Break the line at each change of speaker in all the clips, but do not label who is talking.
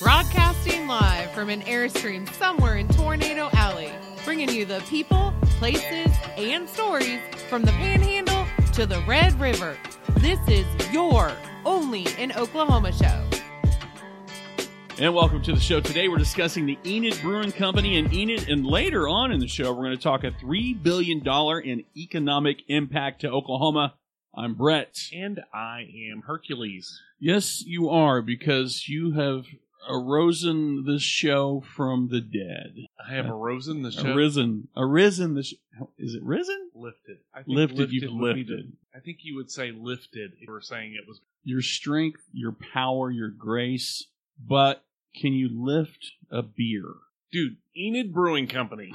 Broadcasting live from an Airstream somewhere in Tornado Alley, bringing you the people, places, and stories from the Panhandle to the Red River. This is your Only in Oklahoma show.
And welcome to the show. Today we're discussing the Enid Brewing Company and Enid. And later on in the show, we're going to talk a $3 billion in economic impact to Oklahoma. I'm Brett.
And I am Hercules.
Yes, you are, because you have arisen this show from the dead.
I have
Uh,
arisen the show.
Arisen. Arisen this Is it risen?
Lifted. I think
Lifted, you've
would be the-
lifted.
I think you would say lifted if you were saying it was.
Your strength, your power, your grace. But can you lift a beer?
Dude, Enid Brewing Company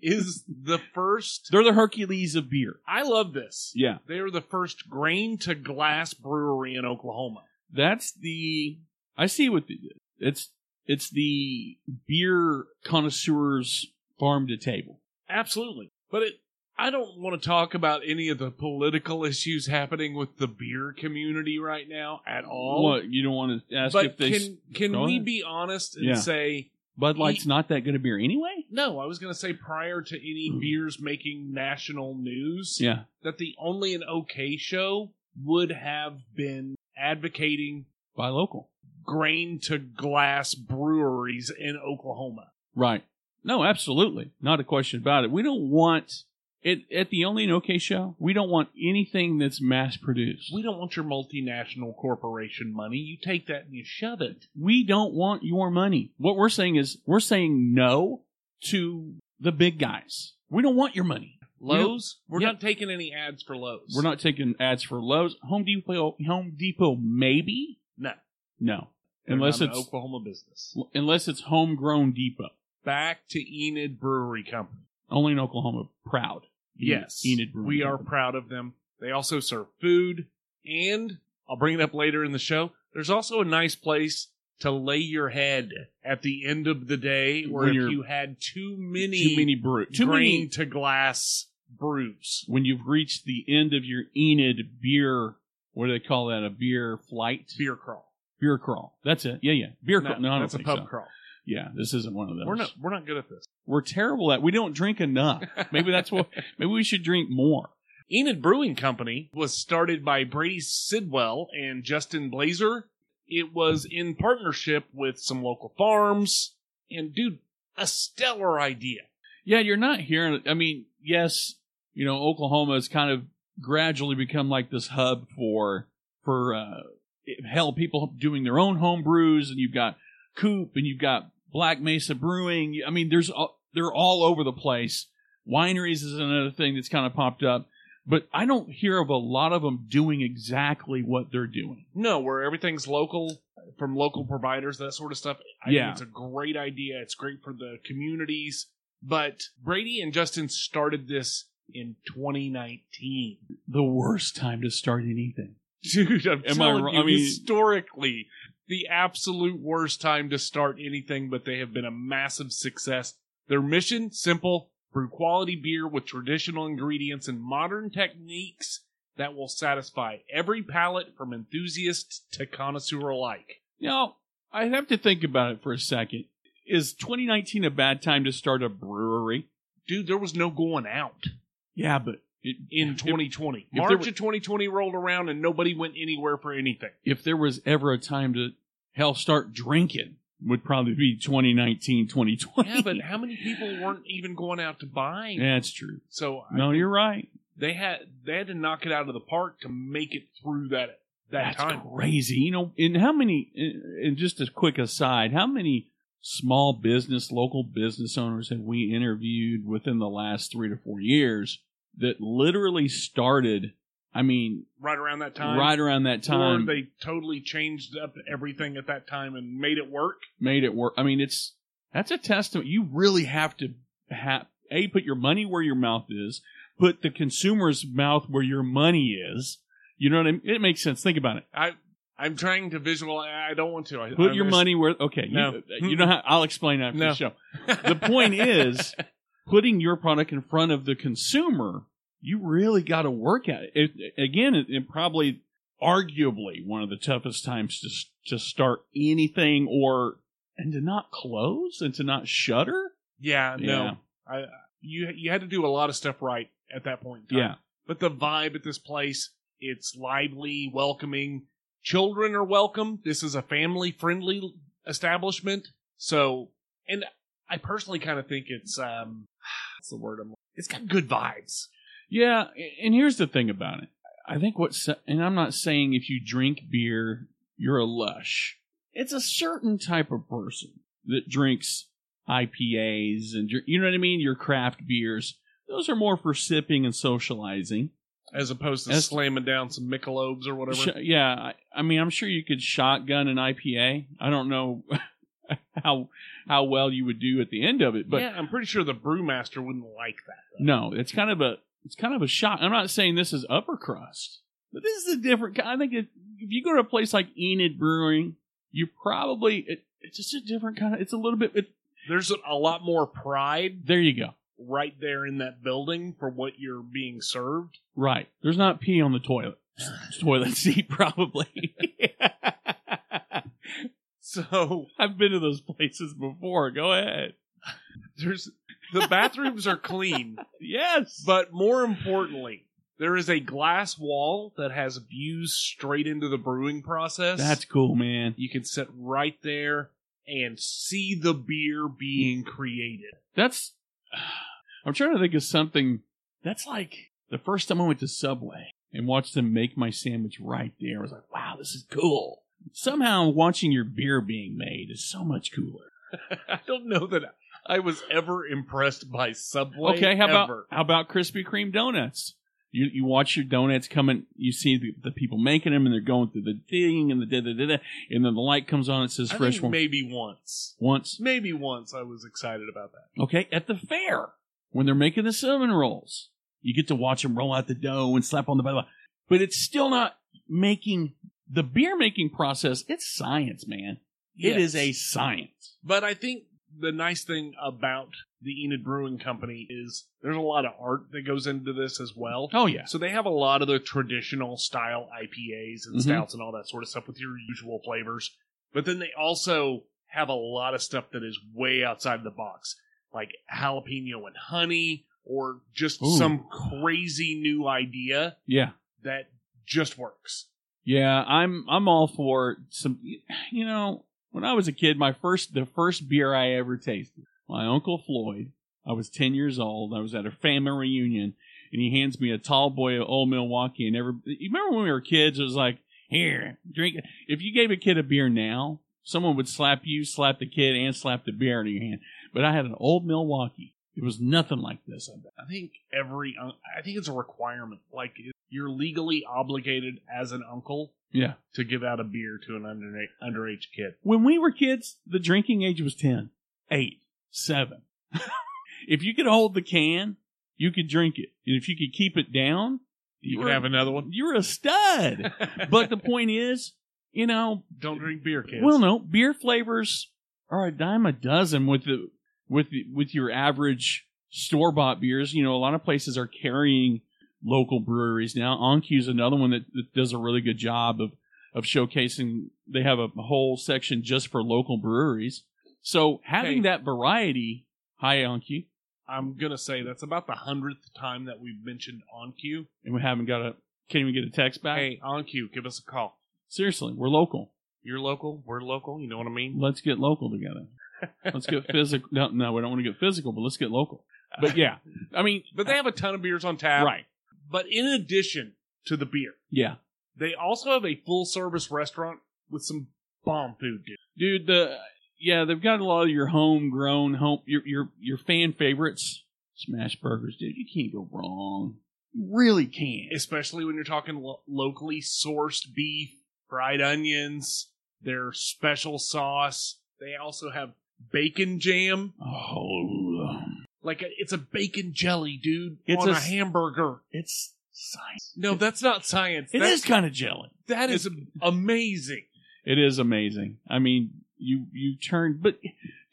is the first.
They're the Hercules of beer.
I love this.
Yeah.
They are the first grain to glass brewery in Oklahoma.
that's the I see what the, it's it's the beer connoisseurs farm to table.
Absolutely. But it. I don't want to talk about any of the political issues happening with the beer community right now at all.
What you don't want to ask
but
if they
can can
go
we
ahead.
be honest and
Yeah.
say
Bud Light's not that good a beer anyway?
No, I was going to say prior to any beers making national news,
Hmm. Yeah,
that the Only an OK show would have been advocating
buy local.
grain to glass breweries in Oklahoma.
Right. No, absolutely. Not a question about it. We don't want it at the only and okay show. We don't want anything that's mass produced.
We don't want your multinational corporation money. You take that and you shove it.
we don't want your money. What we're saying is we're saying no to the big guys. We don't want your money.
Lowe's, we're
yeah.
not taking any ads for Lowe's.
We're not taking ads for Lowe's. Home Depot, Home Depot, maybe
No,
no,
They're
unless
not an
it's
Oklahoma business.
unless it's homegrown Depot.
Back to Enid Brewery Company.
Only in Oklahoma, proud. Enid-
Yes,
Enid Brewing
we are
Company.
proud of them. They also serve food, and I'll bring it up later in the show. There's also a nice place to lay your head at the end of the day, or
When
if
you're-
you had too many,
too many brew, too
grain
many.
to glass brews.
When you've reached the end of your Enid beer, what do they call that? A beer flight,
Beer crawl.
beer crawl. That's it. Yeah, yeah, beer
No,
crawl. No, I don't
that's a
think
pub
so.
crawl.
Yeah, this isn't one of those.
We're not. We're not good at this.
We're terrible at. We don't drink enough. Maybe that's what. maybe we should drink more.
Enid Brewing Company was started by Brady Sidwell and Justin Blazer. It was in partnership with some local farms. And dude, a stellar idea.
Yeah, you're not hearing. I mean, yes, you know, Oklahoma has kind of gradually become like this hub for for uh, hell people doing their own home brews, and you've got Coop, and you've got Black Mesa Brewing. I mean, there's all- they're all over the place. Wineries is another thing that's kind of popped up, but I don't hear of a lot of them doing exactly what they're doing.
No, where everything's local from local providers, that sort of stuff. I
Yeah.
think it's a great idea. It's great for the communities. But Brady and Justin started this in 2019.
The worst time to start anything.
Dude, I'm
Am I
telling
wrong?
you,
I mean-
historically, the absolute worst time to start anything, but they have been a massive success. Their mission, simple, brew quality beer with traditional ingredients and modern techniques that will satisfy every palate from enthusiast to connoisseur alike.
Now, I have to think about it for a second. Is 2019 a bad time to start a brewery?
Dude, there was no going out
Yeah, but it,
in
if-
2020.
there
March
were-
of 2020 rolled around and nobody went anywhere for anything.
If, there was ever a time to hell start drinking, would probably be 2019, 2020.
Yeah, but how many people weren't even going out to buy?
that's true.
So I
No, you're right.
they had they had to knock it out of the park to make it through that
That's
that time.
crazy. You know, and how many? uh, And just a quick aside, how many small business, local business owners have we interviewed within the last three to four years that literally started? I mean,
Right around that time,
right around that
Or
time,
they totally changed up everything at that time and made it work.
made it work. I mean, it's that's a testament. You really have to have a put your money where your mouth is, put the consumer's mouth where your money is. You know what I mean? It makes sense. Think about it.
I I'm trying to visualize. I don't want to. I,
Put
I'm
your
just-
money where. Okay,
No.
you, you know how I'll explain after
No.
the show. The point is putting your product in front of the consumer. You really got to work at it. it again, it, it probably arguably one of the toughest times to s- to start anything or and to not close and to not shutter.
Yeah,
Yeah.
no. I you you had to do a lot of stuff right at that point. in time. But the vibe at this place, it's lively, welcoming. Children are welcome. This is a family-friendly establishment. So, and I personally kind of think it's um what's the word I'm It's got good vibes.
Yeah, a- and here's the thing about it. I think what's, and I'm not saying if you drink beer, you're a lush. It's a certain type of person that drinks IPAs and, your- you know what I mean? Your craft beers. Those are more for sipping and socializing.
As opposed to
That's-
slamming down some Michelobes or whatever.
Sh- yeah, I, I mean, I'm sure you could shotgun an IPA. I don't know how how well you would do at the end of it, but
yeah, I'm pretty sure the brewmaster wouldn't like that.
no, it's kind of a it's kind of a shot. I'm not saying this is upper crust, but this is a different. ki- I think if, if you go to a place like Enid Brewing, you probably it, it's just a different kind of. It's a little bit. It,
There's a lot more pride
there you go.
right there in that building for what you're being served.
Right. There's not pee on the toilet. toilet seat probably.
So
I've been to those places before. Go ahead.
there's the bathrooms are clean,
Yes.
but more importantly, there is a glass wall that has views straight into the brewing process.
That's cool, man.
you can sit right there and see the beer being created.
That's. I'm trying to think of something. That's like the first time I went to Subway and watched them make my sandwich right there. I was like, wow, this is cool. Somehow watching your beer being made is so much cooler.
I don't know that I was ever impressed by Subway.
Okay, how about
ever.
how about Krispy Kreme donuts? You you watch your donuts coming. You see the, the people making them, and they're going through the thing, and the da da da da, and then the light comes on. It says
I
fresh
think
one
maybe once.
once.
Maybe once I was excited about that.
okay, at the fair when they're making the cinnamon rolls. You get to watch them roll out the dough and slap on the blah, blah. But it's still not making the beer making process. It's science, man. It is a science.
But I think the nice thing about the Enid Brewing Company is there's a lot of art that goes into this as well.
Oh yeah,
So they have a lot of the traditional style IPAs and
Mhm.
stouts and all that sort of stuff with your usual flavors. But then they also have a lot of stuff that is way outside the box, like jalapeno and honey, or just
Ooh.
some crazy new idea
yeah,
that just works.
yeah. I'm I'm all for some. You know, when I was a kid, my first the first beer I ever tasted, my uncle Floyd. I was ten years old. I was at a family reunion, and he hands me a tall boy of old Milwaukee. And every you remember when we were kids, it was like here, drink it. If you gave a kid a beer now, someone would slap you, slap the kid, and slap the beer out of your hand. But I had an old Milwaukee. It was nothing like this. I bet.
I think every, un- I think it's a requirement. Like you're legally obligated as an uncle
Yeah.
to give out a beer to an under- underage kid.
When we were kids, the drinking age was 10, 8, 7. if you could hold the can, you could drink it. And if you could keep it down,
You
were-
can have another one.
You're a stud. but the point is, you know,
Don't drink beer, kids.
well, no, beer flavors are a dime a dozen with the with the, with your average store bought beers. You know, a lot of places are carrying local breweries now. OnQ's another one that, that does a really good job of of showcasing. They have a whole section just for local breweries. So having
Hey.
that variety, hi OnQ,
I'm gonna say that's about the hundredth time that we've mentioned OnQ.
and we haven't got a can't even get a text back.
Hey, OnQ, give us a call.
Seriously, we're local.
You're local, we're local. You know what I mean?
Let's get local together. Let's get physical. No, no, we don't want to get physical, but let's get local. But yeah, I mean,
But they have a ton of beers on tap.
right.
But in addition to the beer,
Yeah.
they also have a full service restaurant with some bomb food, dude.
Dude, the yeah, they've got a lot of your homegrown home your your your fan favorites. Smash burgers, dude. You can't go wrong. You really can't.
Especially when you're talking lo- locally sourced beef, fried onions, their special sauce. They also have bacon jam.
oh
Like a, it's a bacon jelly, dude,
It's
on
a
a,
s-
hamburger.
it's science.
No, that's not science.
It
that's
is kind of jelly.
That is amazing.
It is amazing. I mean, you you turn but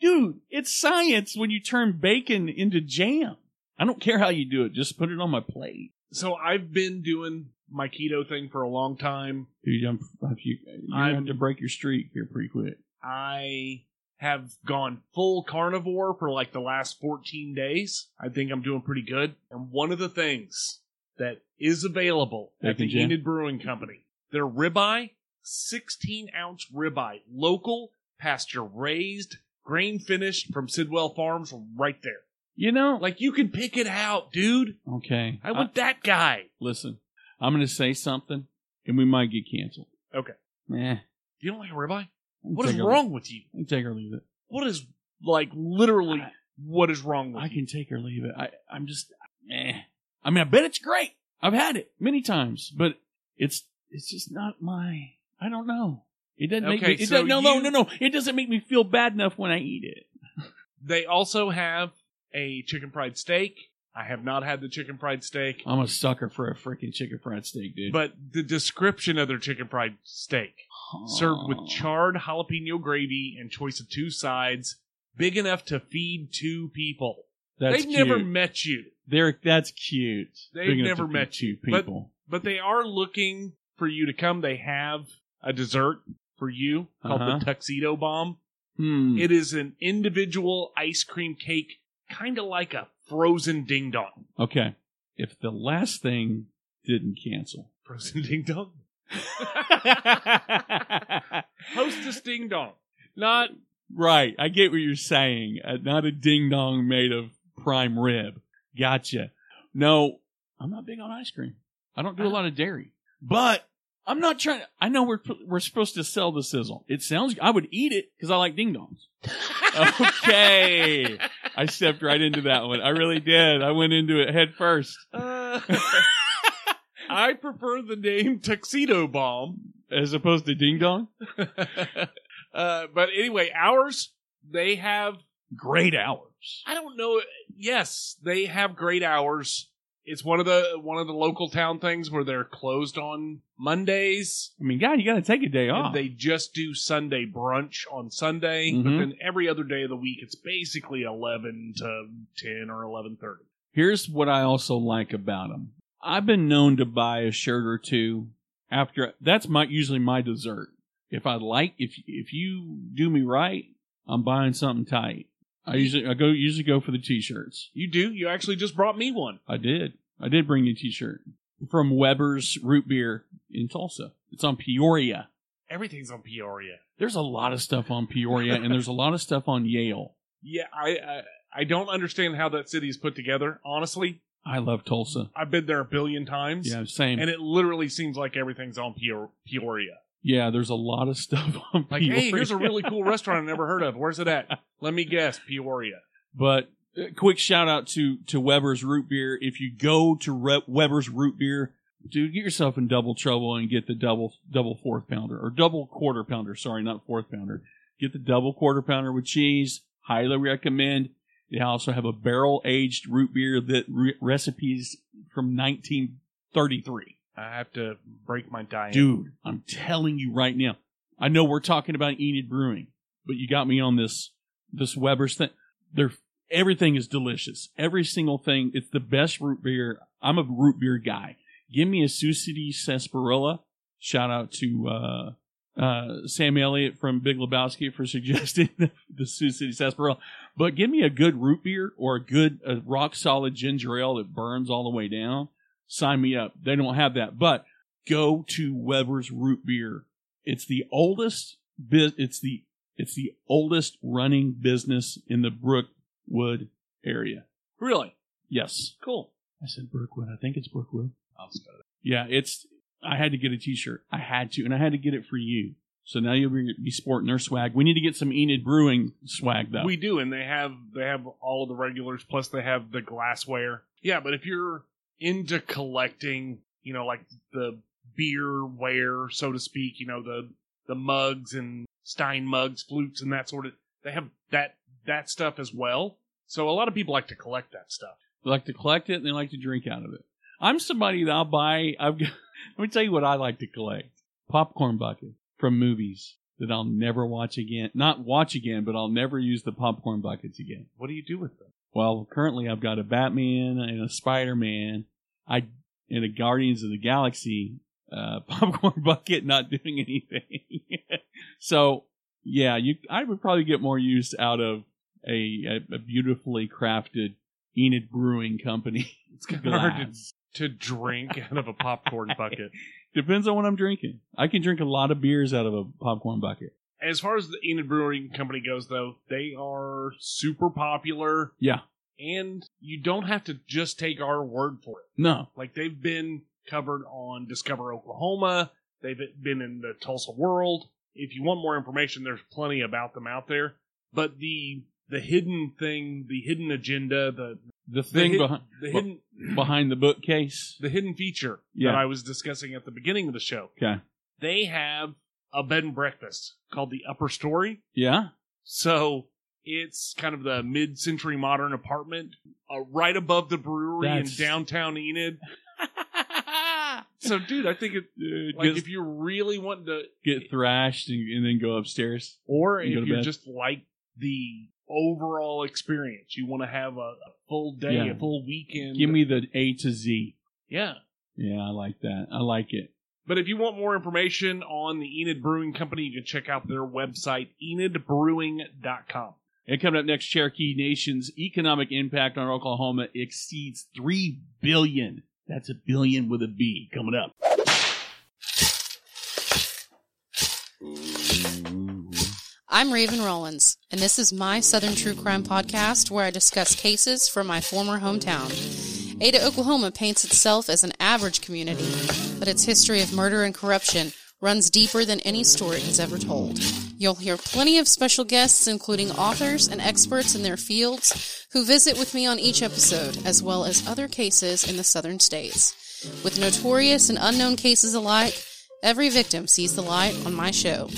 dude, it's science when you turn bacon into jam. I don't care how you do it, just put it on my plate.
So I've been doing my keto thing for a long time.
Dude, I'm, if you, you're gonna
I'm-
have to break your streak here pretty quick.
I have gone full carnivore for like the last 14 days. I think I'm doing pretty good. And one of the things that is available
Bacon
at the
jam?
Enid Brewing Company, their ribeye, 16 ounce ribeye, local, pasture raised, grain finished from Sidwell Farms right there.
You know,
Like you can pick it out, dude.
okay.
I want that guy.
listen. I'm going to say something, and we might get canceled.
Okay.
Nah.
You don't like a ribeye?
I can
What is
take or-
wrong with you?
I can take or leave it.
What is like literally
I-
what is wrong with
I
you?
can take or leave it. I, I'm just, eh. I mean, I bet it's great. I've had it many times, but it's it's just not my. I don't know. It doesn't make
Okay,
me. It
so
doesn't, no, no,
you-
no, no. It doesn't make me feel bad enough when I eat it.
They also have a chicken fried steak. I have not had the chicken fried steak,
I'm a sucker for a freaking chicken fried steak, Oh, dude.
but the description of their chicken fried steak served with
Aw.
charred jalapeno gravy and choice of two sides, big enough to feed two people.
That's
They've never
cute.
met you,
They're that's cute.
They've
Big enough
never
to
met
feed two
but-
people.
but they are looking for you to come. They have a dessert for you called
Uh-huh.
the Tuxedo Bomb.
hmm.
It is an individual ice cream cake, kind of like a frozen ding dong.
okay. If the last thing didn't cancel,
Frozen ding dong? Hostess ding dong.
not right. I get what you're saying. Uh, not a ding dong made of prime rib. Gotcha. No, I'm not big on ice cream. I don't do a lot of dairy, but I'm not trying. I know we're we're supposed to sell the sizzle. It sounds. I would eat it because I like ding dongs. Okay. I stepped right into that one. I really did. I went into it head first.
Uh, I prefer the name Tuxedo Bomb.
As opposed to ding dong?
uh, but anyway, ours, they have
Great hours.
I don't know. Yes, they have great hours. It's one of the one of the local town things where they're closed on Mondays.
I mean, God, you got to take a day off.
And they just do Sunday brunch on Sunday, but
Mhm.
then every other day of the week it's basically eleven to ten or eleven thirty.
Here's what I also like about them. I've been known to buy a shirt or two after. That's my usually my dessert. If I like, if if you do me right, I'm buying something tight. I usually I go usually go for the t-shirts.
You do? You actually just brought me one.
I did. I did bring you a t-shirt from Weber's Root Beer in Tulsa. It's on Peoria.
Everything's on Peoria.
There's a lot of stuff on Peoria, and there's a lot of stuff on Yale.
Yeah, I, I I don't understand how that city is put together. Honestly,
I love Tulsa.
I've been there a billion times,
Yeah, same.
and it literally seems like everything's on Peor- Peoria.
yeah, there's a lot of stuff on
Like,
Peoria.
hey, here's a really cool restaurant I never heard of. Where's it at? Let me guess, Peoria.
But uh, quick shout out to to Weber's Root Beer. If you go to Re- Weber's Root Beer, dude, get yourself in double trouble and get the double double fourth pounder or double quarter pounder. Sorry, not fourth pounder. Get the double quarter pounder with cheese. Highly recommend. They also have a barrel aged root beer that re- recipes from 1933.
I have to break my diet.
Dude, I'm telling you right now. I know we're talking about Enid Brewing, but you got me on this this Weber's thing. They're everything is delicious. Every single thing. It's the best root beer. I'm a root beer guy. Give me a Sioux City sarsaparilla. Shout out to uh, uh, Sam Elliott from Big Lebowski for suggesting the, the Sioux City sarsaparilla. But give me a good root beer or a good a rock solid ginger ale that burns all the way down. Sign me up. They don't have that, but go to Weber's Root Beer. It's the oldest bus It's the it's the oldest running business in the Brookwood area.
really
Yes,
cool.
I said Brookwood. I think it's Brookwood.
I'll just go to
Yeah, it's. I had to get a T-shirt. I had to, and I had to get it for you. So now you'll be be sporting their swag. We need to get some Enid Brewing swag
that.
though.
We do, and they have they have all of the regulars. Plus, they have the glassware. Yeah, but if you're into collecting, you know, like the beer ware, so to speak, you know, the the mugs and Stein mugs, flutes, and that sort of. They have that that stuff as well. So a lot of people like to collect that stuff.
They like to collect it and they like to drink out of it. I'm somebody that I'll buy. I've got, let me tell you what I like to collect: popcorn bucket from movies that I'll never watch again. Not watch again, but I'll never use the popcorn buckets again.
What do you do with them?
Well, currently I've got a Batman and a Spider Man. I and a Guardians of the Galaxy uh, popcorn bucket not doing anything. so yeah, you I would probably get more use out of a a, a beautifully crafted Enid Brewing Company.
It's kind of hard
glass.
to, to drink out of a popcorn bucket.
Depends on what I'm drinking. I can drink a lot of beers out of a popcorn bucket.
As far as the Enid Brewing Company goes, though, they are super popular,
Yeah.
and you don't have to just take our word for it.
No.
Like they've been covered on Discover Oklahoma. They've been in the Tulsa World. If you want more information, there's plenty about them out there. But the the hidden thing, the hidden agenda, the
The thing
hid-
behind
the
Well-
hidden
behind the bookcase.
the hidden feature
Yeah.
that I was discussing at the beginning of the show.
Okay.
They have a bed and breakfast called the Upper Story.
Yeah.
So it's kind of the mid-century modern apartment uh, right above the brewery
That's-
in downtown Enid. So, dude, I think it,
Dude,
like
get,
if you really want to
get thrashed and, and then go upstairs.
or
You go
if
to
you
bed.
just like the overall experience. You want to have a, a full day,
Yeah.
a full weekend.
Give me the A to Z.
yeah.
Yeah, I like that. I like it.
But if you want more information on the Enid Brewing Company, you can check out their website, enidbrewing.com.
And coming up next, Cherokee Nation's economic impact on Oklahoma exceeds three billion. That's a billion with a B. Coming up.
I'm Raven Rollins, and this is my Southern True Crime podcast where I discuss cases from my former hometown. Ada, Oklahoma paints itself as an average community, but its history of murder and corruption runs deeper than any story has ever told. You'll hear plenty of special guests, including authors and experts in their fields, who visit with me on each episode, as well as other cases in the southern states. With notorious and unknown cases alike, every victim sees the light on my show.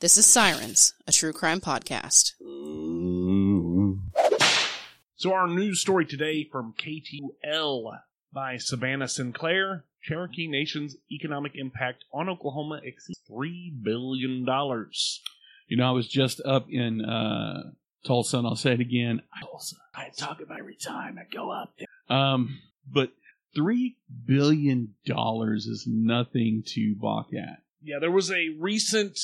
This is Sirens, a true crime podcast.
So our news story today from KTUL by Savannah Sinclair, Cherokee Nation's economic impact on Oklahoma exceeds three billion dollars.
You know, I was just up in uh, Tulsa, and I'll say it again. Tulsa. I talk about every time I go up there. Um, but three billion dollars is nothing to balk at.
Yeah, there was a recent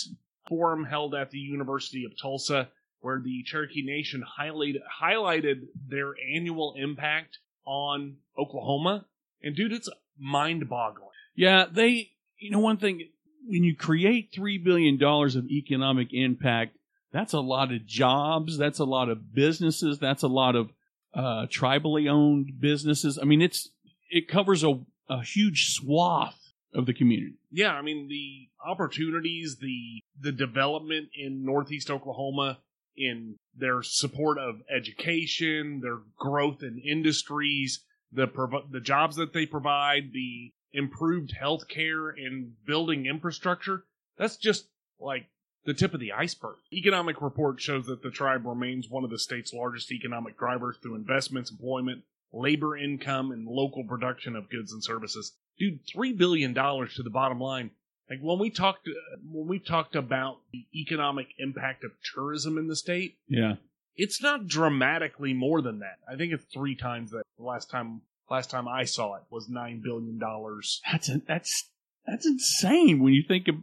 forum held at the University of Tulsa where the Cherokee Nation highlighted highlighted their annual impact on Oklahoma. And dude, it's mind boggling.
Yeah, they. You know, one thing when you create three billion dollars of economic impact, that's a lot of jobs. That's a lot of businesses. That's a lot of uh, tribally owned businesses. I mean, it's it covers a a huge swath of the community.
yeah, I mean the opportunities, the the development in northeast Oklahoma in their support of education, their growth in industries, the prov- the jobs that they provide, the improved health care and building infrastructure. That's just like the tip of the iceberg. Economic report shows that the tribe remains one of the state's largest economic drivers through investments, employment, labor income, and local production of goods and services dude, three billion dollars to the bottom line. Like when we talked uh, when we talked about the economic impact of tourism in the state,
Yeah,
it's not dramatically more than that. I think it's three times that. The last time last time I saw it was nine billion dollars.
that's a, that's that's insane when you think of,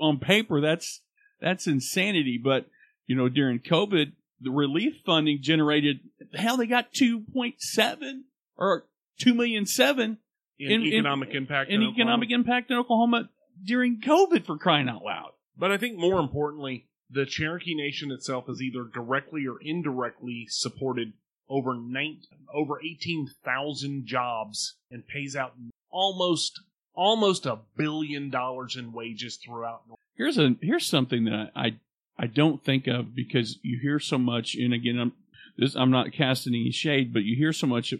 on paper. That's that's insanity. But you know, during COVID, the relief funding generated hell they got two point seven or two million seven
In,
In- in-
economic impact,
in
on
economic
Oklahoma.
impact in Oklahoma during COVID for crying out loud.
but I think more importantly, the Cherokee Nation itself is either directly or indirectly supported over nine, over eighteen thousand jobs and pays out almost almost a billion dollars in wages throughout. North.
Here's a here's something that I I don't think of because you hear so much, and again, I'm this I'm not casting any shade, but you hear so much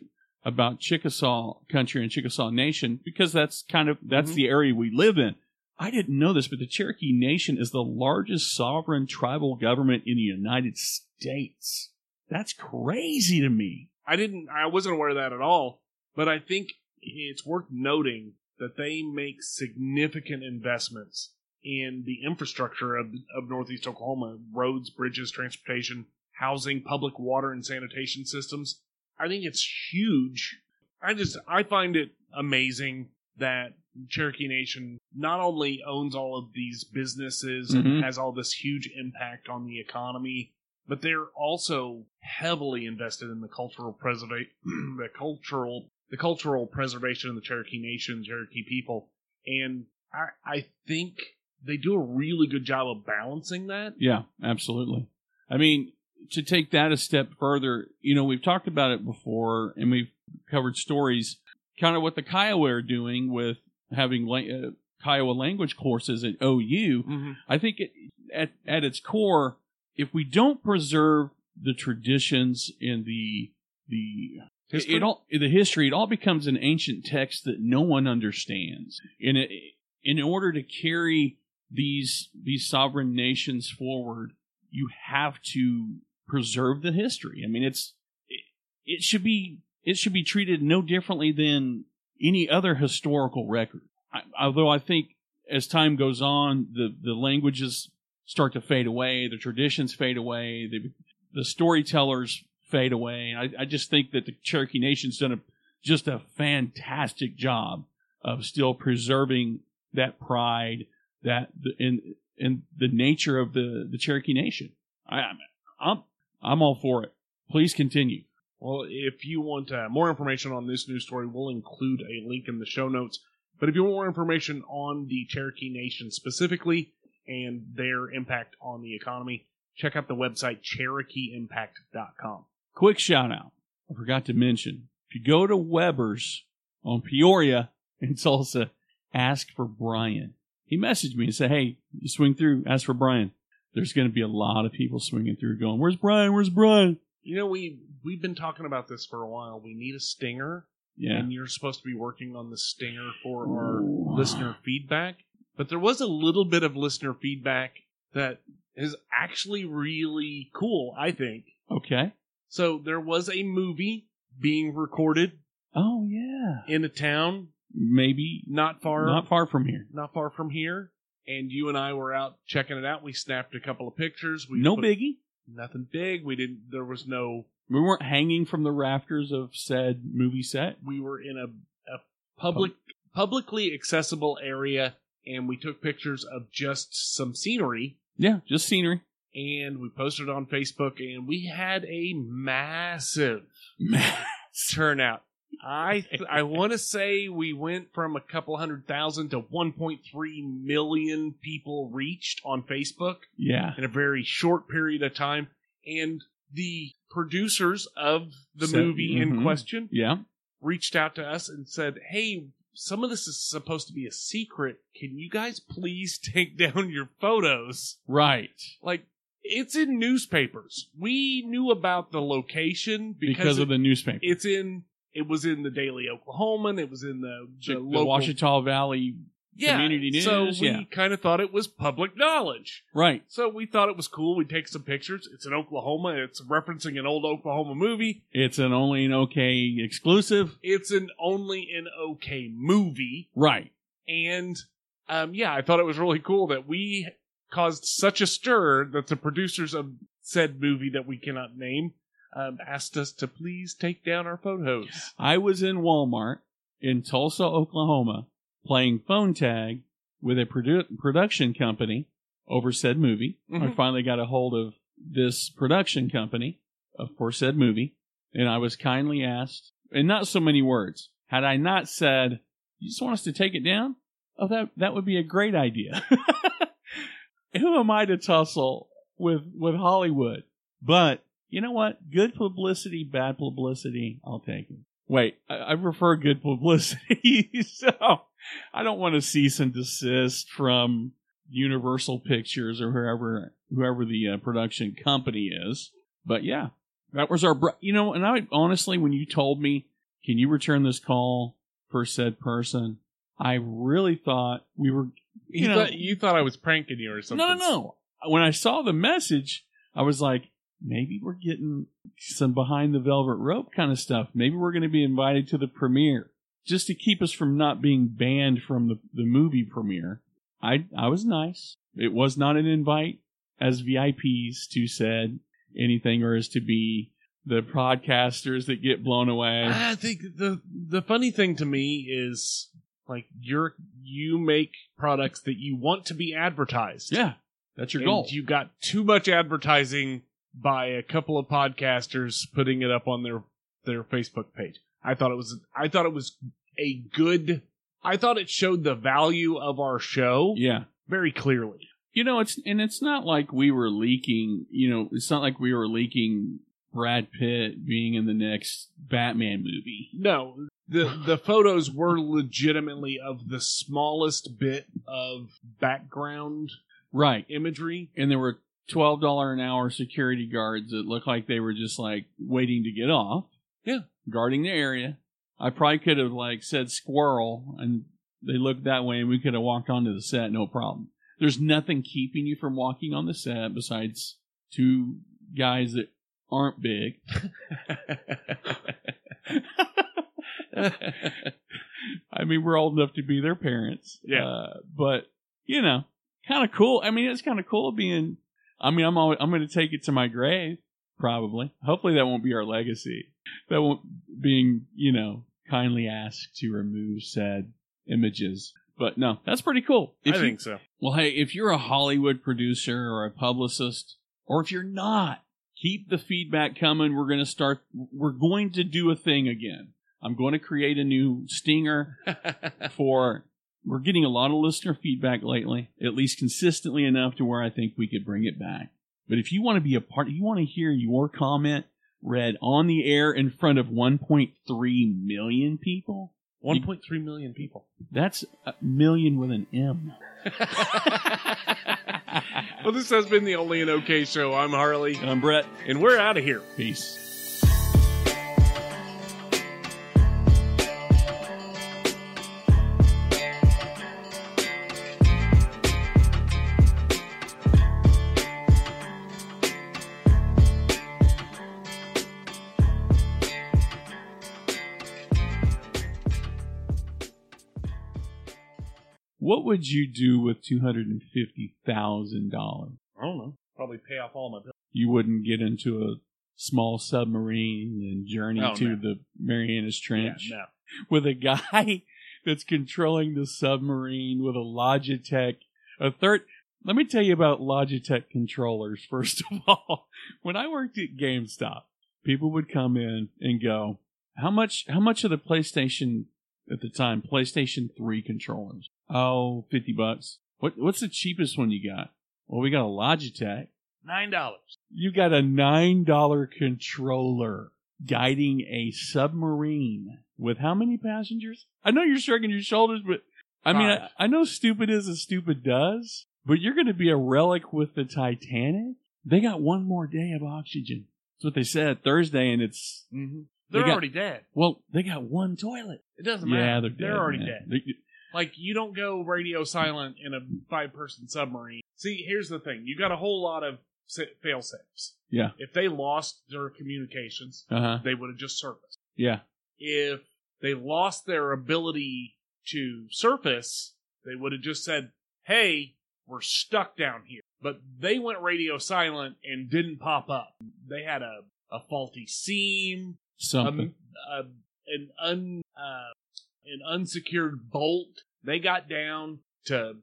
about Chickasaw country and Chickasaw Nation because that's kind of that's
Mhm.
the area we live in. I didn't know this, but the Cherokee Nation is the largest sovereign tribal government in the United States. That's crazy to me.
I didn't, I wasn't aware of that at all, but I think it's worth noting that they make significant investments in the infrastructure of, of Northeast Oklahoma roads, bridges, transportation, housing, public water, and sanitation systems. I think it's huge. I just, I find it amazing that Cherokee Nation not only owns all of these businesses
Mhm.
and has all this huge impact on the economy, but they're also heavily invested in the cultural preservation, the cultural, the cultural preservation of the Cherokee Nation, Cherokee people, and I, I think they do a really good job of balancing that.
Yeah, absolutely. I mean, to take that a step further, you know, we've talked about it before and we've covered stories, kind of what the Kiowa are doing with having la- uh, Kiowa language courses at OU.
Mm-hmm.
I think it, at at its core, if we don't preserve the traditions and the the
History?
it all the history, it all becomes an ancient text that no one understands. In it, in order to carry these these sovereign nations forward, you have to preserve the history. I mean, it's it, it should be it should be treated no differently than any other historical record. I, although I think as time goes on, the the languages start to fade away, the traditions fade away, the the storytellers fade away. And I, I just think that the Cherokee Nation's done a just a fantastic job of still preserving that pride, that the, in in the nature of the the Cherokee Nation. I, I'm I'm I'm all for it. Please continue.
Well, if you want uh, more information on this news story, we'll include a link in the show notes. But if you want more information on the Cherokee Nation specifically and their impact on the economy, check out the website CherokeeImpact.com.
Quick shout out. I forgot to mention. If you go to Weber's on Peoria in Tulsa, ask for Brian. He messaged me and said, Hey, you swing through, ask for Brian. There's going to be a lot of people swinging through going, Where's Brian? Where's Brian?
You know, we we've been talking about this for a while. We need a stinger,
Yeah.
and you're supposed to be working on the stinger for our
Ooh.
listener feedback. But there was a little bit of listener feedback that is actually really cool, I think.
Okay.
So there was a movie being recorded
Oh, yeah.
in a town
Maybe
not far
not
not,
far from here.
far from here, and you and I were out checking it out. We snapped a couple of pictures. We
No
put-
biggie.
nothing big. We didn't. There was no.
We weren't hanging from the rafters of said movie set.
We were in a, a public publicly accessible area, and we took pictures of just some scenery.
Yeah, just scenery.
And we posted it on Facebook, and we had a massive turnout. I th- I want to say we went from a couple hundred thousand to 1.3 million people reached on Facebook
yeah.
in a very short period of time, and the producers of the
So-
movie
mhm.
in question
Yeah.
reached out to us and said, "Hey." Some of this is supposed to be a secret. Can you guys please take down your photos?
Right.
Like, it's in newspapers. We knew about the location
Because,
because,
of the newspaper.
it's in it was in the Daily Oklahoman, it was in the, the,
the, the
local
Washita Valley.
yeah.
Community
So
News,
we
yeah.
kind of thought it was public knowledge.
Right.
So we thought it was cool. We'd take some pictures. It's in Oklahoma. It's referencing an old Oklahoma movie.
It's an only an okay exclusive.
It's an only an okay movie.
Right.
And um, yeah, I thought it was really cool that we caused such a stir that the producers of said movie that we cannot name um, asked us to please take down our photos.
I was in Walmart in Tulsa, Oklahoma, playing phone tag with a produ- production company over said movie. I
Mhm.
finally got a hold of this production company uh, for said movie, and I was kindly asked, in not so many words, had I not said, "You just want us to take it down?" Oh, that that would be a great idea. Who am I to tussle with with Hollywood? But you know what? Good publicity, bad publicity. I'll take it. Wait, I, I prefer good publicity, so I don't want to cease and desist from Universal Pictures or whoever whoever the uh, production company is. But yeah, that was our. Br- you know, and I honestly, when you told me, can you return this call for said person? I really thought we were. You,
You,
know,
thought, you thought I was pranking you or something.
no, no, no. When I saw the message, I was like, maybe we're getting some behind the velvet rope kind of stuff. Maybe we're going to be invited to the premiere just to keep us from not being banned from the, the movie premiere. I I was nice. It was not an invite as VIPs to said anything or as to be the
Ah.
podcasters that get blown away.
I think the the funny thing to me is Like you're you make products that you want to be advertised.
Yeah, that's your
And
goal.
You got too much advertising by a couple of podcasters putting it up on their their Facebook page. I thought it was I thought it was a good I thought it showed the value of our show
yeah.
very clearly.
you know it's and it's not like we were leaking you know it's not like we were leaking brad pitt being in the next batman movie
No, the the photos were legitimately of the smallest bit of background
right
imagery.
and there were $12 an hour security guards that looked like they were just like waiting to get off
Yeah.
guarding the area i probably could have like said squirrel and they looked that way and we could have walked onto the set no problem there's nothing keeping you from walking on the set besides two guys that aren't big I mean, we're old enough to be their parents.
Yeah.
Uh, but you know, kind of cool. I mean, it's kind of cool being. I mean, I'm always, I'm going to take it to my grave, probably. Hopefully, that won't be our legacy. That won't being you know kindly asked to remove said images. But no, that's pretty cool. If
I
you-
think so.
well, hey, if you're a Hollywood producer or a publicist, or if you're not, keep the feedback coming. We're going to start, we're going to do a thing again. I'm going to create a new stinger for, we're getting a lot of listener feedback lately, at least consistently enough to where I think we could bring it back. But if you want to be a part, you want to hear your comment read on the air in front of 1.3 million people,
1.3 million people.
that's a million with an M.
Well, this has been the Only an OK show. I'm Harley,
And I'm Um, Brett.
and we're out of here.
Peace. What would you do with two hundred and fifty thousand dollars?
I don't know. Probably pay off all my bills.
you wouldn't get into a small submarine and journey
Oh,
to
no.
the Marianas Trench
Yeah, no.
with a guy that's controlling the submarine with a Logitech. A third, let me tell you about Logitech controllers. First of all, when I worked at GameStop, people would come in and go, "How much? How much of the PlayStation at the time? PlayStation Three controllers? Oh, 50 bucks. What? What's the cheapest one you got? Well, we got a Logitech."
Nine dollars.
you got a nine dollar controller guiding a submarine with how many passengers? I know you're shrugging your shoulders, but I mean, I,
Five.
I know stupid is as stupid does, but you're going to be a relic with the Titanic. They got one more day of oxygen. That's what they said Thursday, and it's
Mm-hmm.
They
They're
got-
already dead.
well, they got one toilet.
It doesn't matter.
Yeah, they're dead.
already
man.
dead.
They-
Like you don't go radio silent in a five-person submarine. See, here's the thing: you got a whole lot of sa- fail safes.
Yeah.
If they lost their communications,
Uh huh.
they would have just surfaced.
Yeah.
If they lost their ability to surface, they would have just said, "Hey, we're stuck down here." But they went radio silent and didn't pop up. They had a a faulty seam.
Something.
A, a, an un uh, an unsecured bolt. They got down to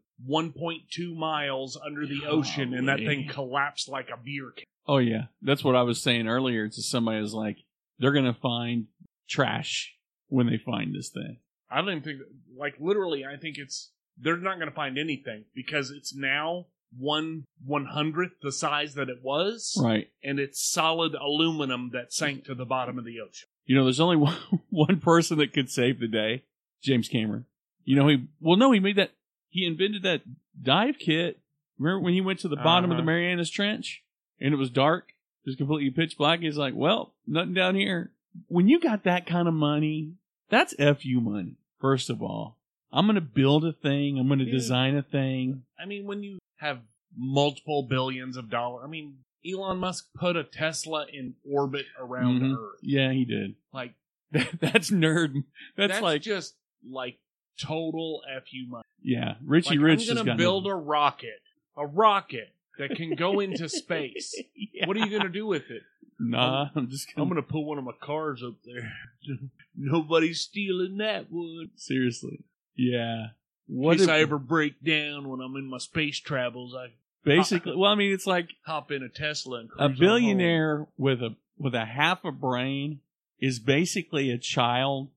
1.2 miles under the ocean, and that
Golly.
thing collapsed like a beer can.
oh, yeah. That's what I was saying earlier to somebody is like, they're going to find trash when they find this thing.
I don't even think, like literally, I think it's they're not going to find anything because it's now one one hundredth the size that it was,
Right.
and it's solid aluminum that sank to the bottom of the ocean.
You know, there's only one, one person that could save the day, James Cameron. You know, he well, no, he made that he invented that dive kit. Remember when he went to the bottom of the
Uh-huh.
Marianas Trench and it was dark, it was completely pitch black. He's like, "Well, nothing down here." When you got that kind of money, that's fu money. First of all, I'm going to build a thing. I'm going to
Yeah.
design a thing.
I mean, when you have multiple billions of dollars, I mean, Elon Musk put a Tesla in orbit around
Mhm.
Earth.
Yeah, he did.
Like
that's nerd. That's,
that's,
like,
just like total fu money.
yeah, Richie
Like,
Rich
I'm
has
gonna
got
build
nothing.
a rocket, a rocket that can go into space. What are you gonna do with it?
Nah, I'm just
I'm
gonna
gonna put one of my cars up there. Nobody's stealing that one.
Seriously. Yeah.
What
What
if
if-
I ever break down when I'm in my space travels, I
basically? Well, I mean, it's like
hop in a Tesla and cruise
a
on home.
billionaire with a with a half a brain is basically a child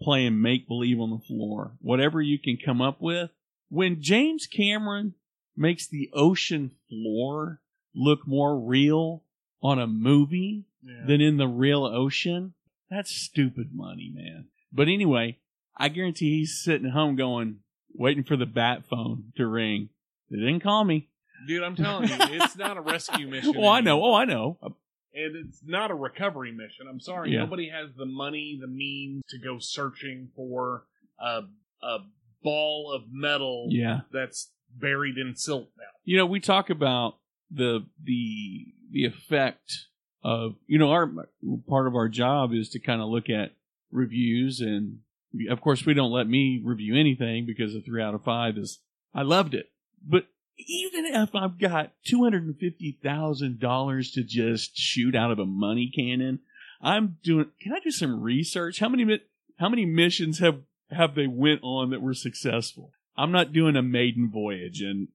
playing make believe on the floor. Whatever you can come up with. When James Cameron makes the ocean floor look more real on a movie
Yeah.
than in the real ocean, that's stupid money, man. But anyway, I guarantee he's sitting at home going, waiting for the bat phone to ring. They didn't call me.
Dude, I'm telling you, it's not a rescue mission.
Oh, I know.
anymore.
Oh, I know.
And it's not a recovery mission. I'm sorry.
Yeah.
Nobody has the money, the means to go searching for a, a ball of metal
Yeah.
that's buried in silt now.
you know we talk about the the the effect of you know our part of our job is to kind of look at reviews and of course we don't let me review anything because a three out of five is i loved it but even if i've got $250000 to just shoot out of a money cannon i'm doing can i do some research how many mi- how many missions have have they went on that were successful i'm not doing a maiden voyage and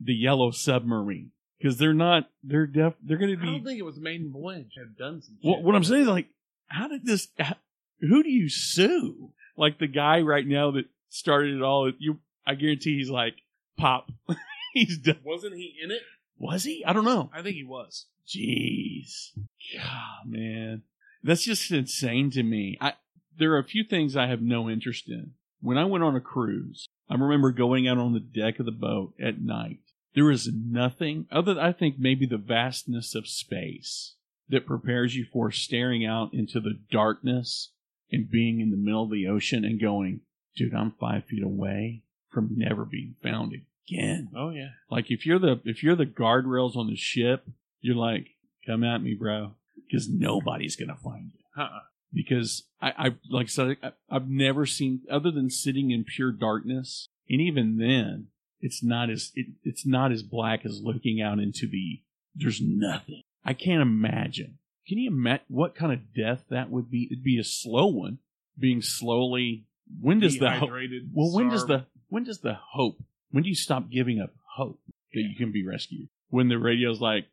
the yellow submarine because they're not they're def they're going to
I
be
don't think it was Maiden Voyage had done some
what,
shit.
what I'm saying is like, how did this? h- Who do you sue? Like the guy right now that started it all. You, I guarantee he's like pop. he's done.
Wasn't he in it?
Was he? I don't know.
I think he was.
Jeez, God, man, that's just insane to me. I there are a few things I have no interest in. When I went on a cruise, I remember going out on the deck of the boat at night. There is nothing other than I think maybe the vastness of space that prepares you for staring out into the darkness and being in the middle of the ocean and going, dude, I'm five feet away from never being found again.
Oh yeah.
Like if you're the if you're the guardrails on the ship, you're like, come at me, bro, because nobody's gonna find you.
Uh-uh.
Because I, I like I said, I, I've never seen other than sitting in pure darkness, and even then, it's not as it, it's not as black as looking out into the. There's nothing. I can't imagine. Can you imagine what kind of death that would be? It'd be a slow one, being slowly. When does the
Dehydrated,
well, when does
starved.
the when does the hope? When do you stop giving up hope that you can be rescued? When the radio's like,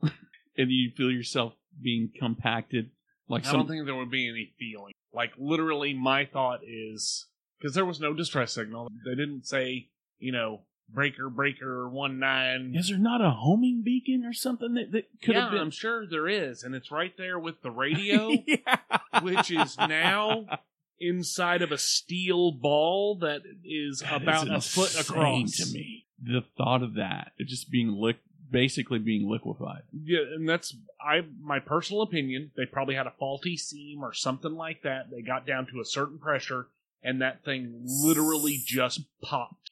and you feel yourself being compacted, like
I don't
something.
think there would be any feeling. Like literally, my thought is because there was no distress signal. They didn't say, you know, breaker, breaker, one nine.
Is there not a homing beacon or something that, that could
yeah,
have been?
I'm sure there is, and it's right there with the radio,
Yeah.
which is now inside of a steel ball that is
That
about a
is
foot
insane
across
to me. The thought of that, it just being lick, basically being liquefied.
Yeah, and that's I my personal opinion. They probably had a faulty seam or something like that. They got down to a certain pressure, and that thing literally just popped.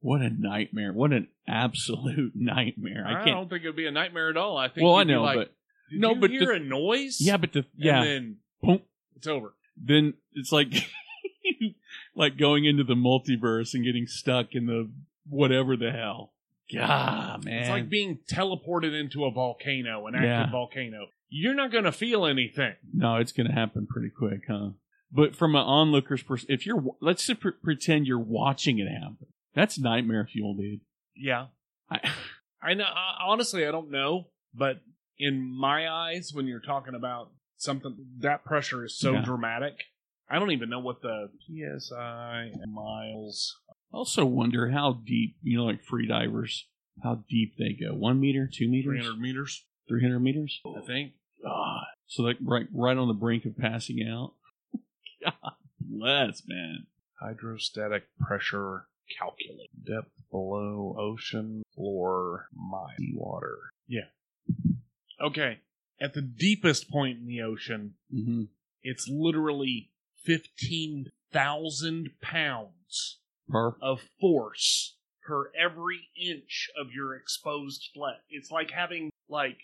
What a nightmare! What an absolute nightmare! I can't.
don't think it'd be a nightmare at all. I think.
well,
you'd
I know,
be like,
but
Did
no,
you
but
hear
the-
a noise.
yeah, but the
and
yeah.
then
Boom.
it's over.
then it's like like going into the multiverse and getting stuck in the whatever the hell. God, man.
It's like being teleported into a volcano, an active
Yeah.
volcano. You're not going to feel anything.
no, it's going to happen pretty quick, huh? But from an onlooker's perspective, if you're let's just pre- pretend you're watching it happen. That's nightmare fuel, dude.
Yeah,
I,
I know. I, honestly, I don't know, but in my eyes, when you're talking about something, that pressure is so
Yeah.
dramatic. I don't even know what the psi miles.
also wonder how deep, you know, like free divers, how deep they go. One meter, two
Three
meters,
hundred meters,
300 meters?
I think.
God. So like right, right on the brink of passing out. God bless, man.
Hydrostatic pressure calculator. Depth below ocean floor mile water. Yeah. Okay. At the deepest point in the ocean,
hmm
it's literally fifteen thousand pounds
Per
of force per every inch of your exposed flesh. It's like having like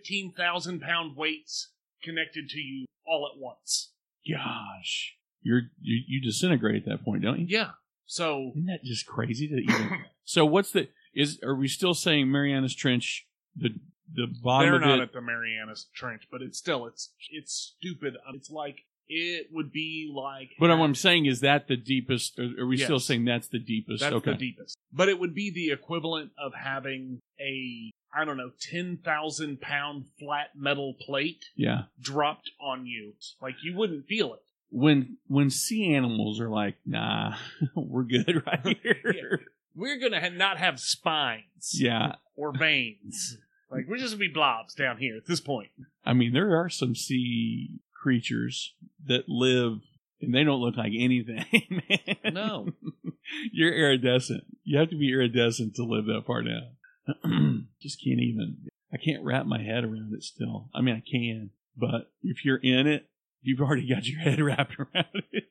15,000 pound weights connected to you all at once.
gosh, you're you, you disintegrate at that point, don't you?
Yeah. So
Isn't that just crazy to even? so what's the is? Are we still saying Mariana's Trench? The the bottom
they're
of
not
it.
at the Marianas Trench, but it's still it's it's stupid. Um, It's like it would be like.
But what I'm saying is that the deepest. Are are we still
Yes.
saying that's the deepest?
That's
okay.
the deepest. But it would be the equivalent of having a, I don't know, 10,000 pound flat metal plate
yeah.
dropped on you. Like you wouldn't feel it.
When when sea animals are like, nah, we're good right here.
We're going to ha- not have spines
yeah.
or veins. Like we're just going to be blobs down here at this point.
I mean, there are some sea creatures that live and they don't look like anything, man.
No.
You're iridescent. You have to be iridescent to live that far down. Just can't even. I can't wrap my head around it still. I mean, I can, but if you're in it, you've already got your head wrapped around it.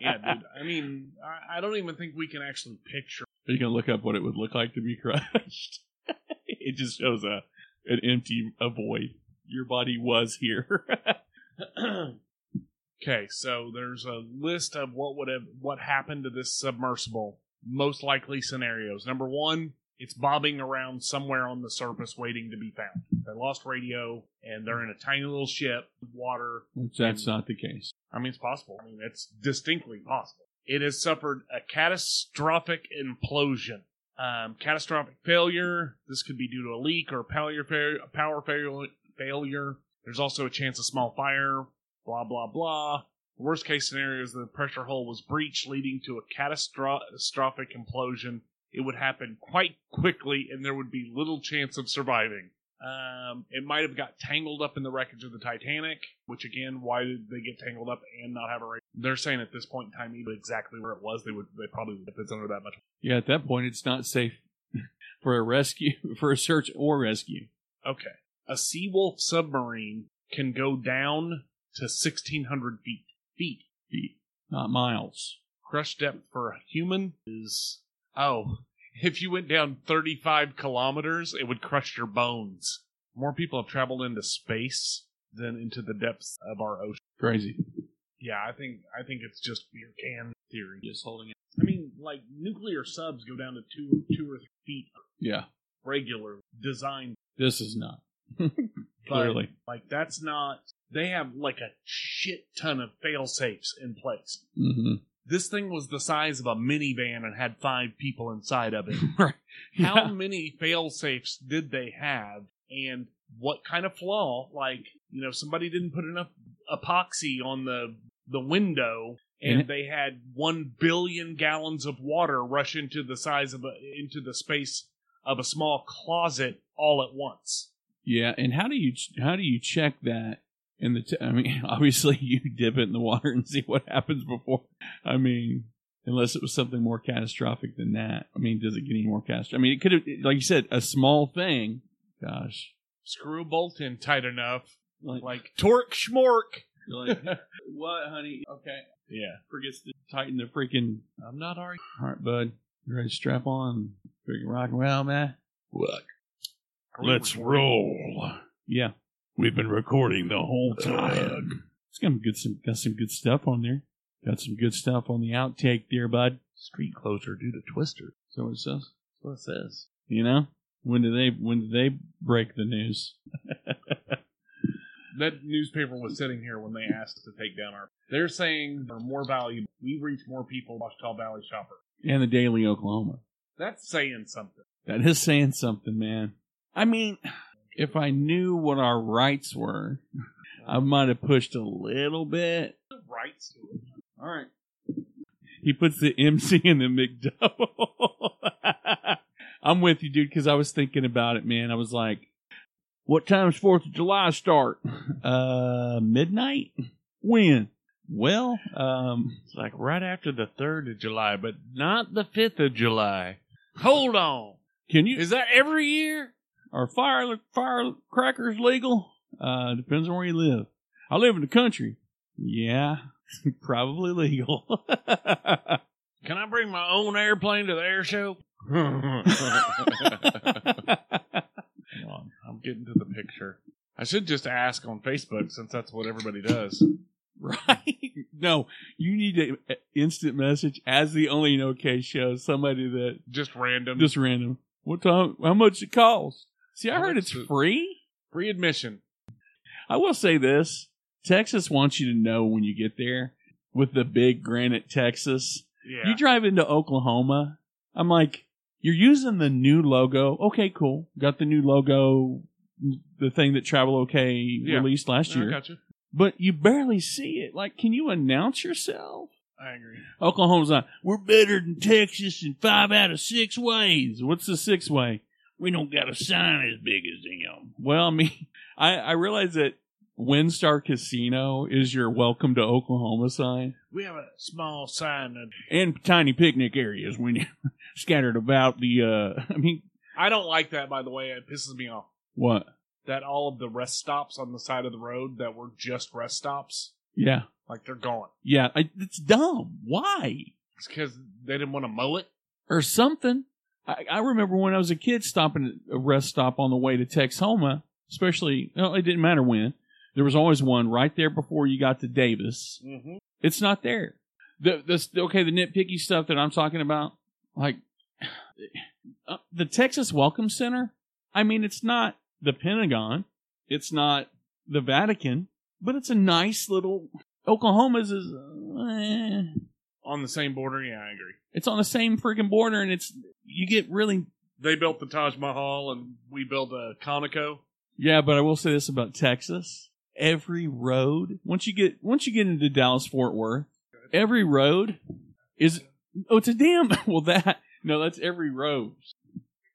Yeah, dude. I mean, I, I don't even think we can actually picture.
Are you gonna look up what it would look like to be crushed? it just shows a an empty a void. Your body was here.
Okay, so there's a list of what would have what happened to this submersible. Most likely scenarios. Number one, it's bobbing around somewhere on the surface waiting to be found. They lost radio and they're in a tiny little ship, water.
Which that's not the case.
I mean, it's possible. I mean, it's distinctly possible. It has suffered a catastrophic implosion. Um, catastrophic failure. This could be due to a leak or power, fa- power fail- failure. There's also a chance of small fire. Blah, blah, blah. Worst case scenario is the pressure hull was breached, leading to a catastrophic implosion. It would happen quite quickly, and there would be little chance of surviving. Um, it might have got tangled up in the wreckage of the Titanic, which again, why did they get tangled up and not have a wreck? They're saying at this point in time, even exactly where it was, they would, they probably would if it's under that much.
Yeah, at that point, it's not safe for a rescue, for a search or rescue.
Okay. A Seawolf submarine can go down to 1600 feet. Feet.
Feet, not miles.
Crush depth for a human is, oh, if you went down 35 kilometers, it would crush your bones. More people have traveled into space than into the depths of our ocean.
Crazy.
Yeah, I think I think it's just beer can theory.
Just holding it.
I mean, like nuclear subs go down to two two or three feet
Yeah,
regular design.
this is not
but,
clearly.
like that's not. They have like a shit ton of fail safes in place.
Mm-hmm.
This thing was the size of a minivan and had five people inside of it.
right.
How
Yeah.
many fail safes did they have, and what kind of flaw? Like you know, somebody didn't put enough epoxy on the the window.
And
And
it-
they had one billion gallons of water rush into the size of a, into the space of a small closet all at once.
Yeah, and how do you how do you check that? In the, t- I mean, obviously you dip it in the water and see what happens before. I mean, unless it was something more catastrophic than that. I mean, does it get any more catastrophic? I mean, it could have, like you said, a small thing. Gosh,
Screw a bolt in tight enough,
like,
like torque schmork.
you're like what, honey? Okay,
Yeah,
forgets to tighten the freaking.
I'm not arguing.
All right, bud. You ready to strap on? Freaking rock and roll, man.
Look, let's roll.
Yeah,
We've been recording the whole time.
it's gonna be good. Some got some good stuff on there. Got some good stuff on the outtake there, bud.
Street closure due to Twister.
So it says.
That's what it says.
You know when do they when do they break the news?
That newspaper was sitting here when they asked to take down our. They're saying they're more valuable. We reach more people. Washita Valley shopper.
And the Daily Oklahoma.
That's saying something.
That is saying something, man. I mean, if I knew what our rights were, I might have pushed a little bit.
The rights to it.
All right. He puts the MC in the McDouble. I'm with you, dude, because I was thinking about it, man. I was like, what time's 4th of July start? Uh, midnight? When? Well, um,
It's like right after the 3rd of July, but not the 5th of July.
Hold on.
can you
Is that every year?
Are fire firecrackers legal? Uh, depends on where you live. I live in the country. Yeah, probably legal.
Can I bring my own airplane to the air show? Hang on, I'm getting to the picture. I should just ask on Facebook since that's what everybody does.
right? No, you need an instant message as the only no case show. Somebody that
Just random.
just random. What time? How much it costs? See, I
How
heard
much
it's
the-
free.
free admission.
I will say this: Texas wants you to know when you get there with the big granite Texas.
Yeah.
You drive into Oklahoma, I'm like, you're using the new logo. Okay, cool. Got the new logo, the thing that Travel OK
Yeah.
released last
I
year.
gotcha.
But you barely see it. Like, can you announce yourself?
I agree.
Oklahoma's like, we're better than Texas in five out of six ways. What's the sixth way? We don't got a sign as big as them. Well, I mean, I, I realize that Windstar Casino is your welcome to Oklahoma sign,
We have a small sign. That
and tiny picnic areas when you scattered about the. uh I mean,
I don't like that, by the way. It pisses me off
what?
that all of the rest stops on the side of the road that were just rest stops,
Yeah,
like they're gone.
yeah. I, it's dumb. Why?
It's because they didn't want to mow it.
or something. I, I remember when I was a kid stopping at a rest stop on the way to Texoma, especially, well, it didn't matter when. There was always one right there before you got to Davis.
Mm-hmm.
It's not there. The, the okay, the nitpicky stuff that I'm talking about, like uh, the Texas Welcome Center. I mean, it's not the Pentagon, it's not the Vatican, but it's a nice little. Oklahoma's is. Uh, eh.
On the same border, yeah, I agree.
It's on the same freaking border, and it's you get really
They built the Taj Mahal and we built a Conoco.
Yeah, but I will say this about Texas. Every road, once you get once you get into Dallas Fort Worth, every road is oh it's a damn well that no, that's every road.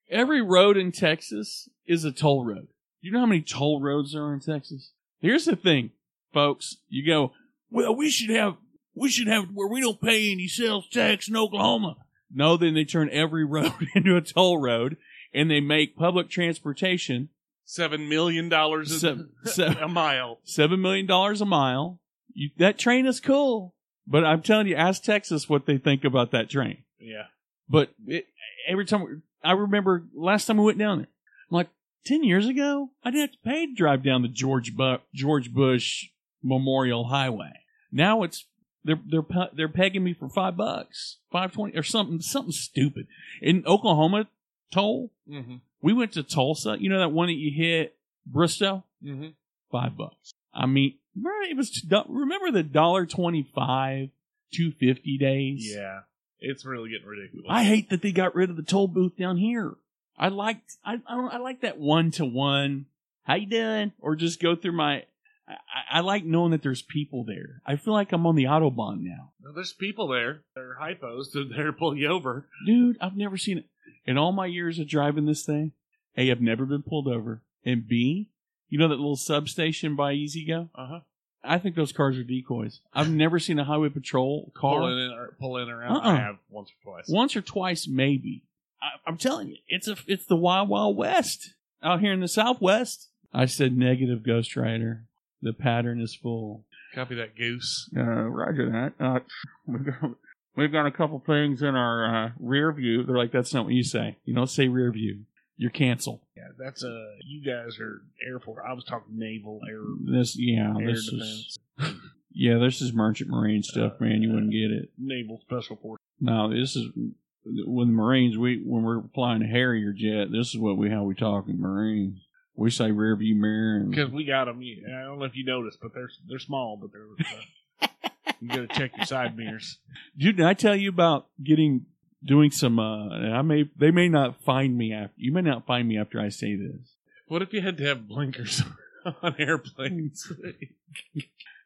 Every road in Texas is a toll road. You know how many toll roads there are in Texas? Here's the thing, folks. You go, Well, we should have we should have where we don't pay any sales tax in Oklahoma. No, then they turn every road into a toll road and they make public transportation
Seven million dollars
Seven- seven-
a mile.
seven million dollars a mile. You, that train is cool, but I'm telling you, ask Texas what they think about that train.
Yeah.
But it, every time we- I remember last time we went down there, I'm like ten years ago, I didn't have to pay to drive down the George Bu- George Bush Memorial Highway. Now it's they're they're pe- they're pegging me for five bucks, five twenty or something something stupid in Oklahoma toll.
Mm-hmm.
We went to Tulsa. You know that one that you hit Bristow
Mm-hmm.
five bucks. I mean, remember it was do- remember the dollar twenty five, two fifty days.
Yeah. It's really getting ridiculous.
I hate that they got rid of the toll booth down here. I liked I I, don't, I like that one to one. How you doing? Or just go through my. I, I- I like knowing that there's people there. I feel like I'm on the autobahn now,
Now, there's people there. They're hypos. They're there to pull you over.
dude. I've never seen it in all my years of driving this thing. A, I've never been pulled over, and B, you know that little substation by Easy Go.
Uh huh.
I think those cars are decoys. I've never seen a highway patrol
Pull in
car
and or pull in or out.
Uh-uh.
I have once or twice.
once or twice, maybe. I, I'm telling you, it's a it's the wild wild west out here in the Southwest. I said negative, Ghost Rider. The pattern is full.
Copy that goose.
Uh, roger that. Uh, we've got we've got a couple things in our uh, rear view. They're like, that's not what you say. You don't say rear view. You're canceled.
Yeah, that's uh you guys are Air Force. I was talking naval air
This yeah,
air
this is
defense.
yeah, this is merchant marine stuff, man. You wouldn't get it.
Naval special force.
No, this is with the Marines. We when we're flying a Harrier jet, this is what we how we talk in Marines. We say rear view mirror. And,
Because we got them. I don't know if you noticed, but they're they're small, but they're. Uh, you gotta check your side mirrors.
dude, did I tell you about getting doing some? Uh, and I may they may not find me after you may not find me after I say this.
What if you had to have blinkers on airplanes?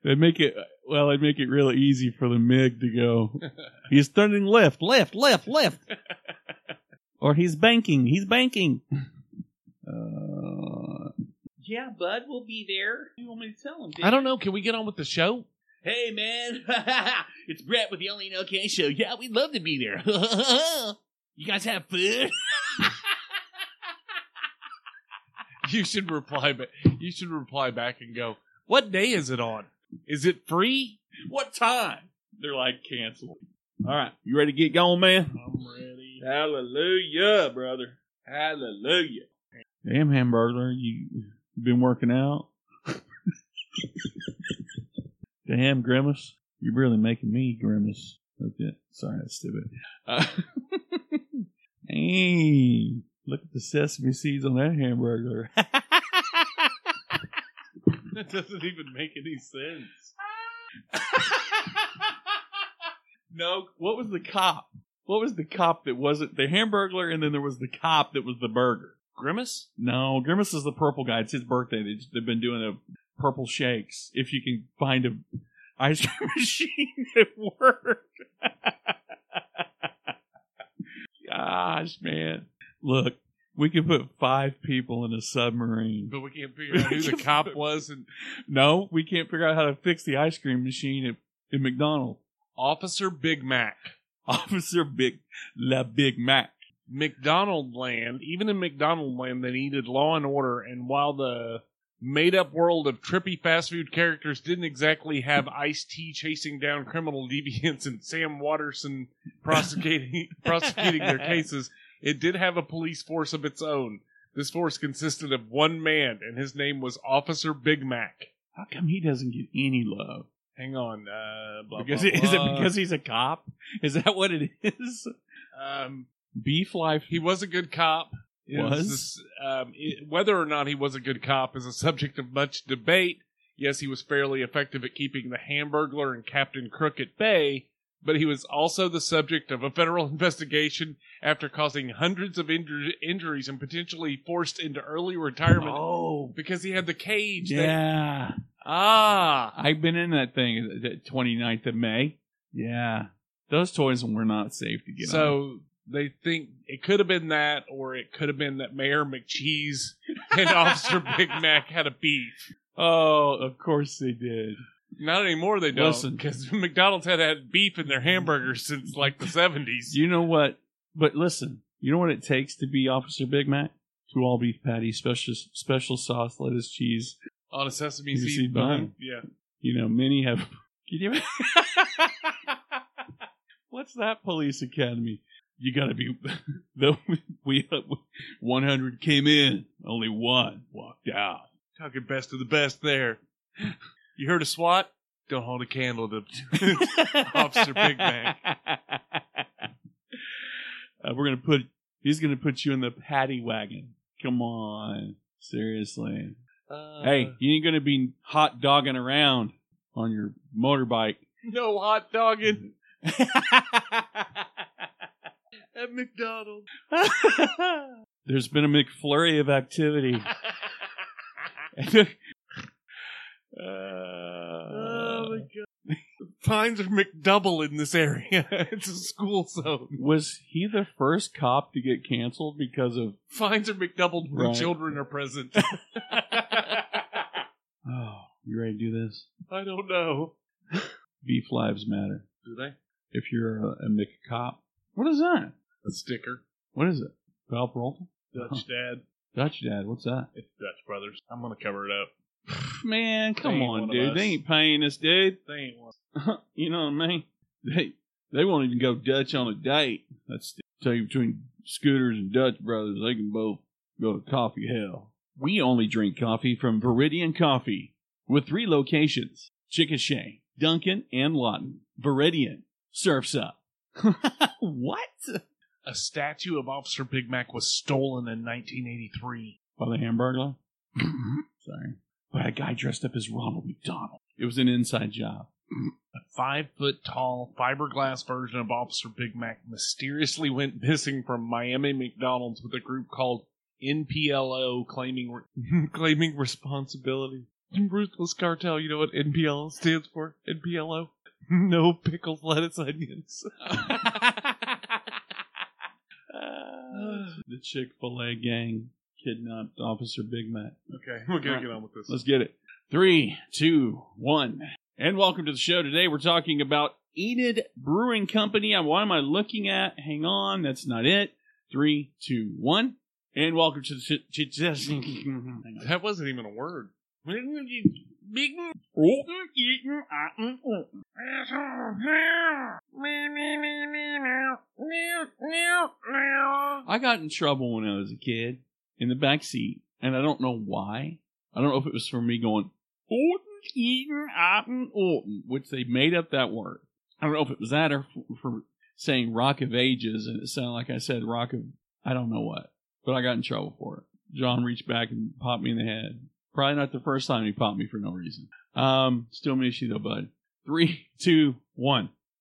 They make it well. They make it really easy for the MiG to go. He's turning left, left, left, left, or he's banking. He's banking. Uh,
Yeah, Bud will be there. You want me to tell him?
I don't know. Can we get on with the show?
Hey, man, it's Brett with the Only No Okay Show. Yeah, we'd love to be there. you guys have food?
You should reply back. You should reply back and go. What day is it on? Is it free?
What time? They're like canceled. All right, you ready to get going, man?
I'm ready.
Hallelujah, brother. Hallelujah. Damn hamburger, you been working out? Damn grimace, you're really making me grimace. Okay, sorry, that's stupid. Uh, hey, look at the sesame seeds on that hamburger.
That doesn't even make any sense.
No, what was the cop? What was the cop that wasn't the Hamburglar, and then there was the cop that was the burger?
Grimace?
No, Grimace is the purple guy. It's his birthday. They just, they've been doing a purple shakes. If you can find a ice cream machine that works. Gosh, man! Look, we could put five people in a submarine.
But we can't figure out who the cop was and
No, we can't figure out how to fix the ice cream machine at, at McDonald's.
Officer Big Mac.
Officer Big La Big Mac.
McDonald Land, even in McDonald Land, they needed law and order. And while the made up world of trippy fast food characters didn't exactly have Ice T chasing down criminal deviants and Sam Watterson prosecuting, prosecuting their cases, it did have a police force of its own. This force consisted of one man, and his name was Officer Big Mac.
How come he doesn't get any love?
Hang on, uh, blah,
Because
blah,
is it
blah.
because he's a cop? Is that what it is?
um,
Beef life.
he was a good cop. It
Was?
this- um, it- whether or not he was a good cop is a subject of much debate. Yes, he was fairly effective at keeping the Hamburglar and Captain Crook at bay, but he was also the subject of a federal investigation after causing hundreds of injur- injuries and potentially forced into early retirement
Oh,
because he had the cage. that-
yeah.
ah,
I've been in that thing the 29th of May. Yeah. Those toys were not safe to get on.
so they think it could have been that, or it could have been that Mayor McCheese and Officer Big Mac had a beef.
Oh, of course they did.
Not anymore. They don't
Listen.
because McDonald's had had beef in their hamburgers since like the seventies.
You know what? But listen, you know what it takes to be Officer Big Mac? Two all beef patties, special special sauce, lettuce, cheese.
On a sesame
You see
seed
bun.
bun. Yeah.
You know, many have. Can you? What's that police academy? You got to be. Though we 100 came in, only one walked out.
Talking best of the best there. You heard of SWAT? Don't hold a candle to Officer Big Mac.
Uh, we're gonna put. He's gonna put you in the paddy wagon. Come on, seriously.
Uh,
hey, you ain't gonna be hot dogging around on your motorbike.
No hot dogging. At McDonald's.
There's been a McFlurry of activity. uh,
oh my god. Fines are McDouble in this area. it's a school zone.
was he the first cop to get canceled because of?
Fines are McDoubled when
Right.
children are present.
Oh, you ready to do this?
I don't know.
Beef lives matter.
Do they?
If you're a, a Mick cop, what is that?
A sticker.
What is it? Val Peralta?
Dutch
Huh.
Dad.
Dutch Dad, what's that?
It's Dutch Brothers. I'm gonna cover it up.
Man, come
ain't
on,
one of
dude.
us.
They ain't paying us, dude.
They ain't one.
you know what I mean? They they won't even go Dutch on a date. That's the- tell you between Scooters and Dutch Brothers, they can both go to coffee hell. We only drink coffee from Veridian Coffee with three locations: Chickasha, Duncan, and Lawton. Veridian surfs up. what?
A statue of Officer Big Mac was stolen in 1983.
By the Hamburglar? Sorry. By a guy dressed up as Ronald McDonald. It was an inside job.
A five foot tall fiberglass version of Officer Big Mac mysteriously went missing from Miami McDonald's with a group called NPLO claiming re- claiming responsibility. Ruthless cartel. You know what NPLO stands for? NPLO. No pickles, lettuce, onions.
the Chick fil A gang kidnapped Officer Big Mac.
Okay, we're gonna
Right.
get on with this.
Let's get it. Three, two, one. And welcome to the show. Today we're talking about Enid Brewing Company. And What am I looking at? Hang on, that's not it. Three, two, one. And welcome to the. sh- sh- sh- Hang on.
That wasn't even a word. Big
I got in trouble when I was a kid in the back seat, and I don't know why. I don't know if it was for me going Orton, Eaton, Otten, Orton, which they made up that word. I don't know if it was that or for, for saying Rock of Ages, and it sounded like I said Rock of I don't know what, but I got in trouble for it. John reached back and popped me in the head. Probably not the first time you popped me for no reason. Um, still miss you though, bud. Three, two, one.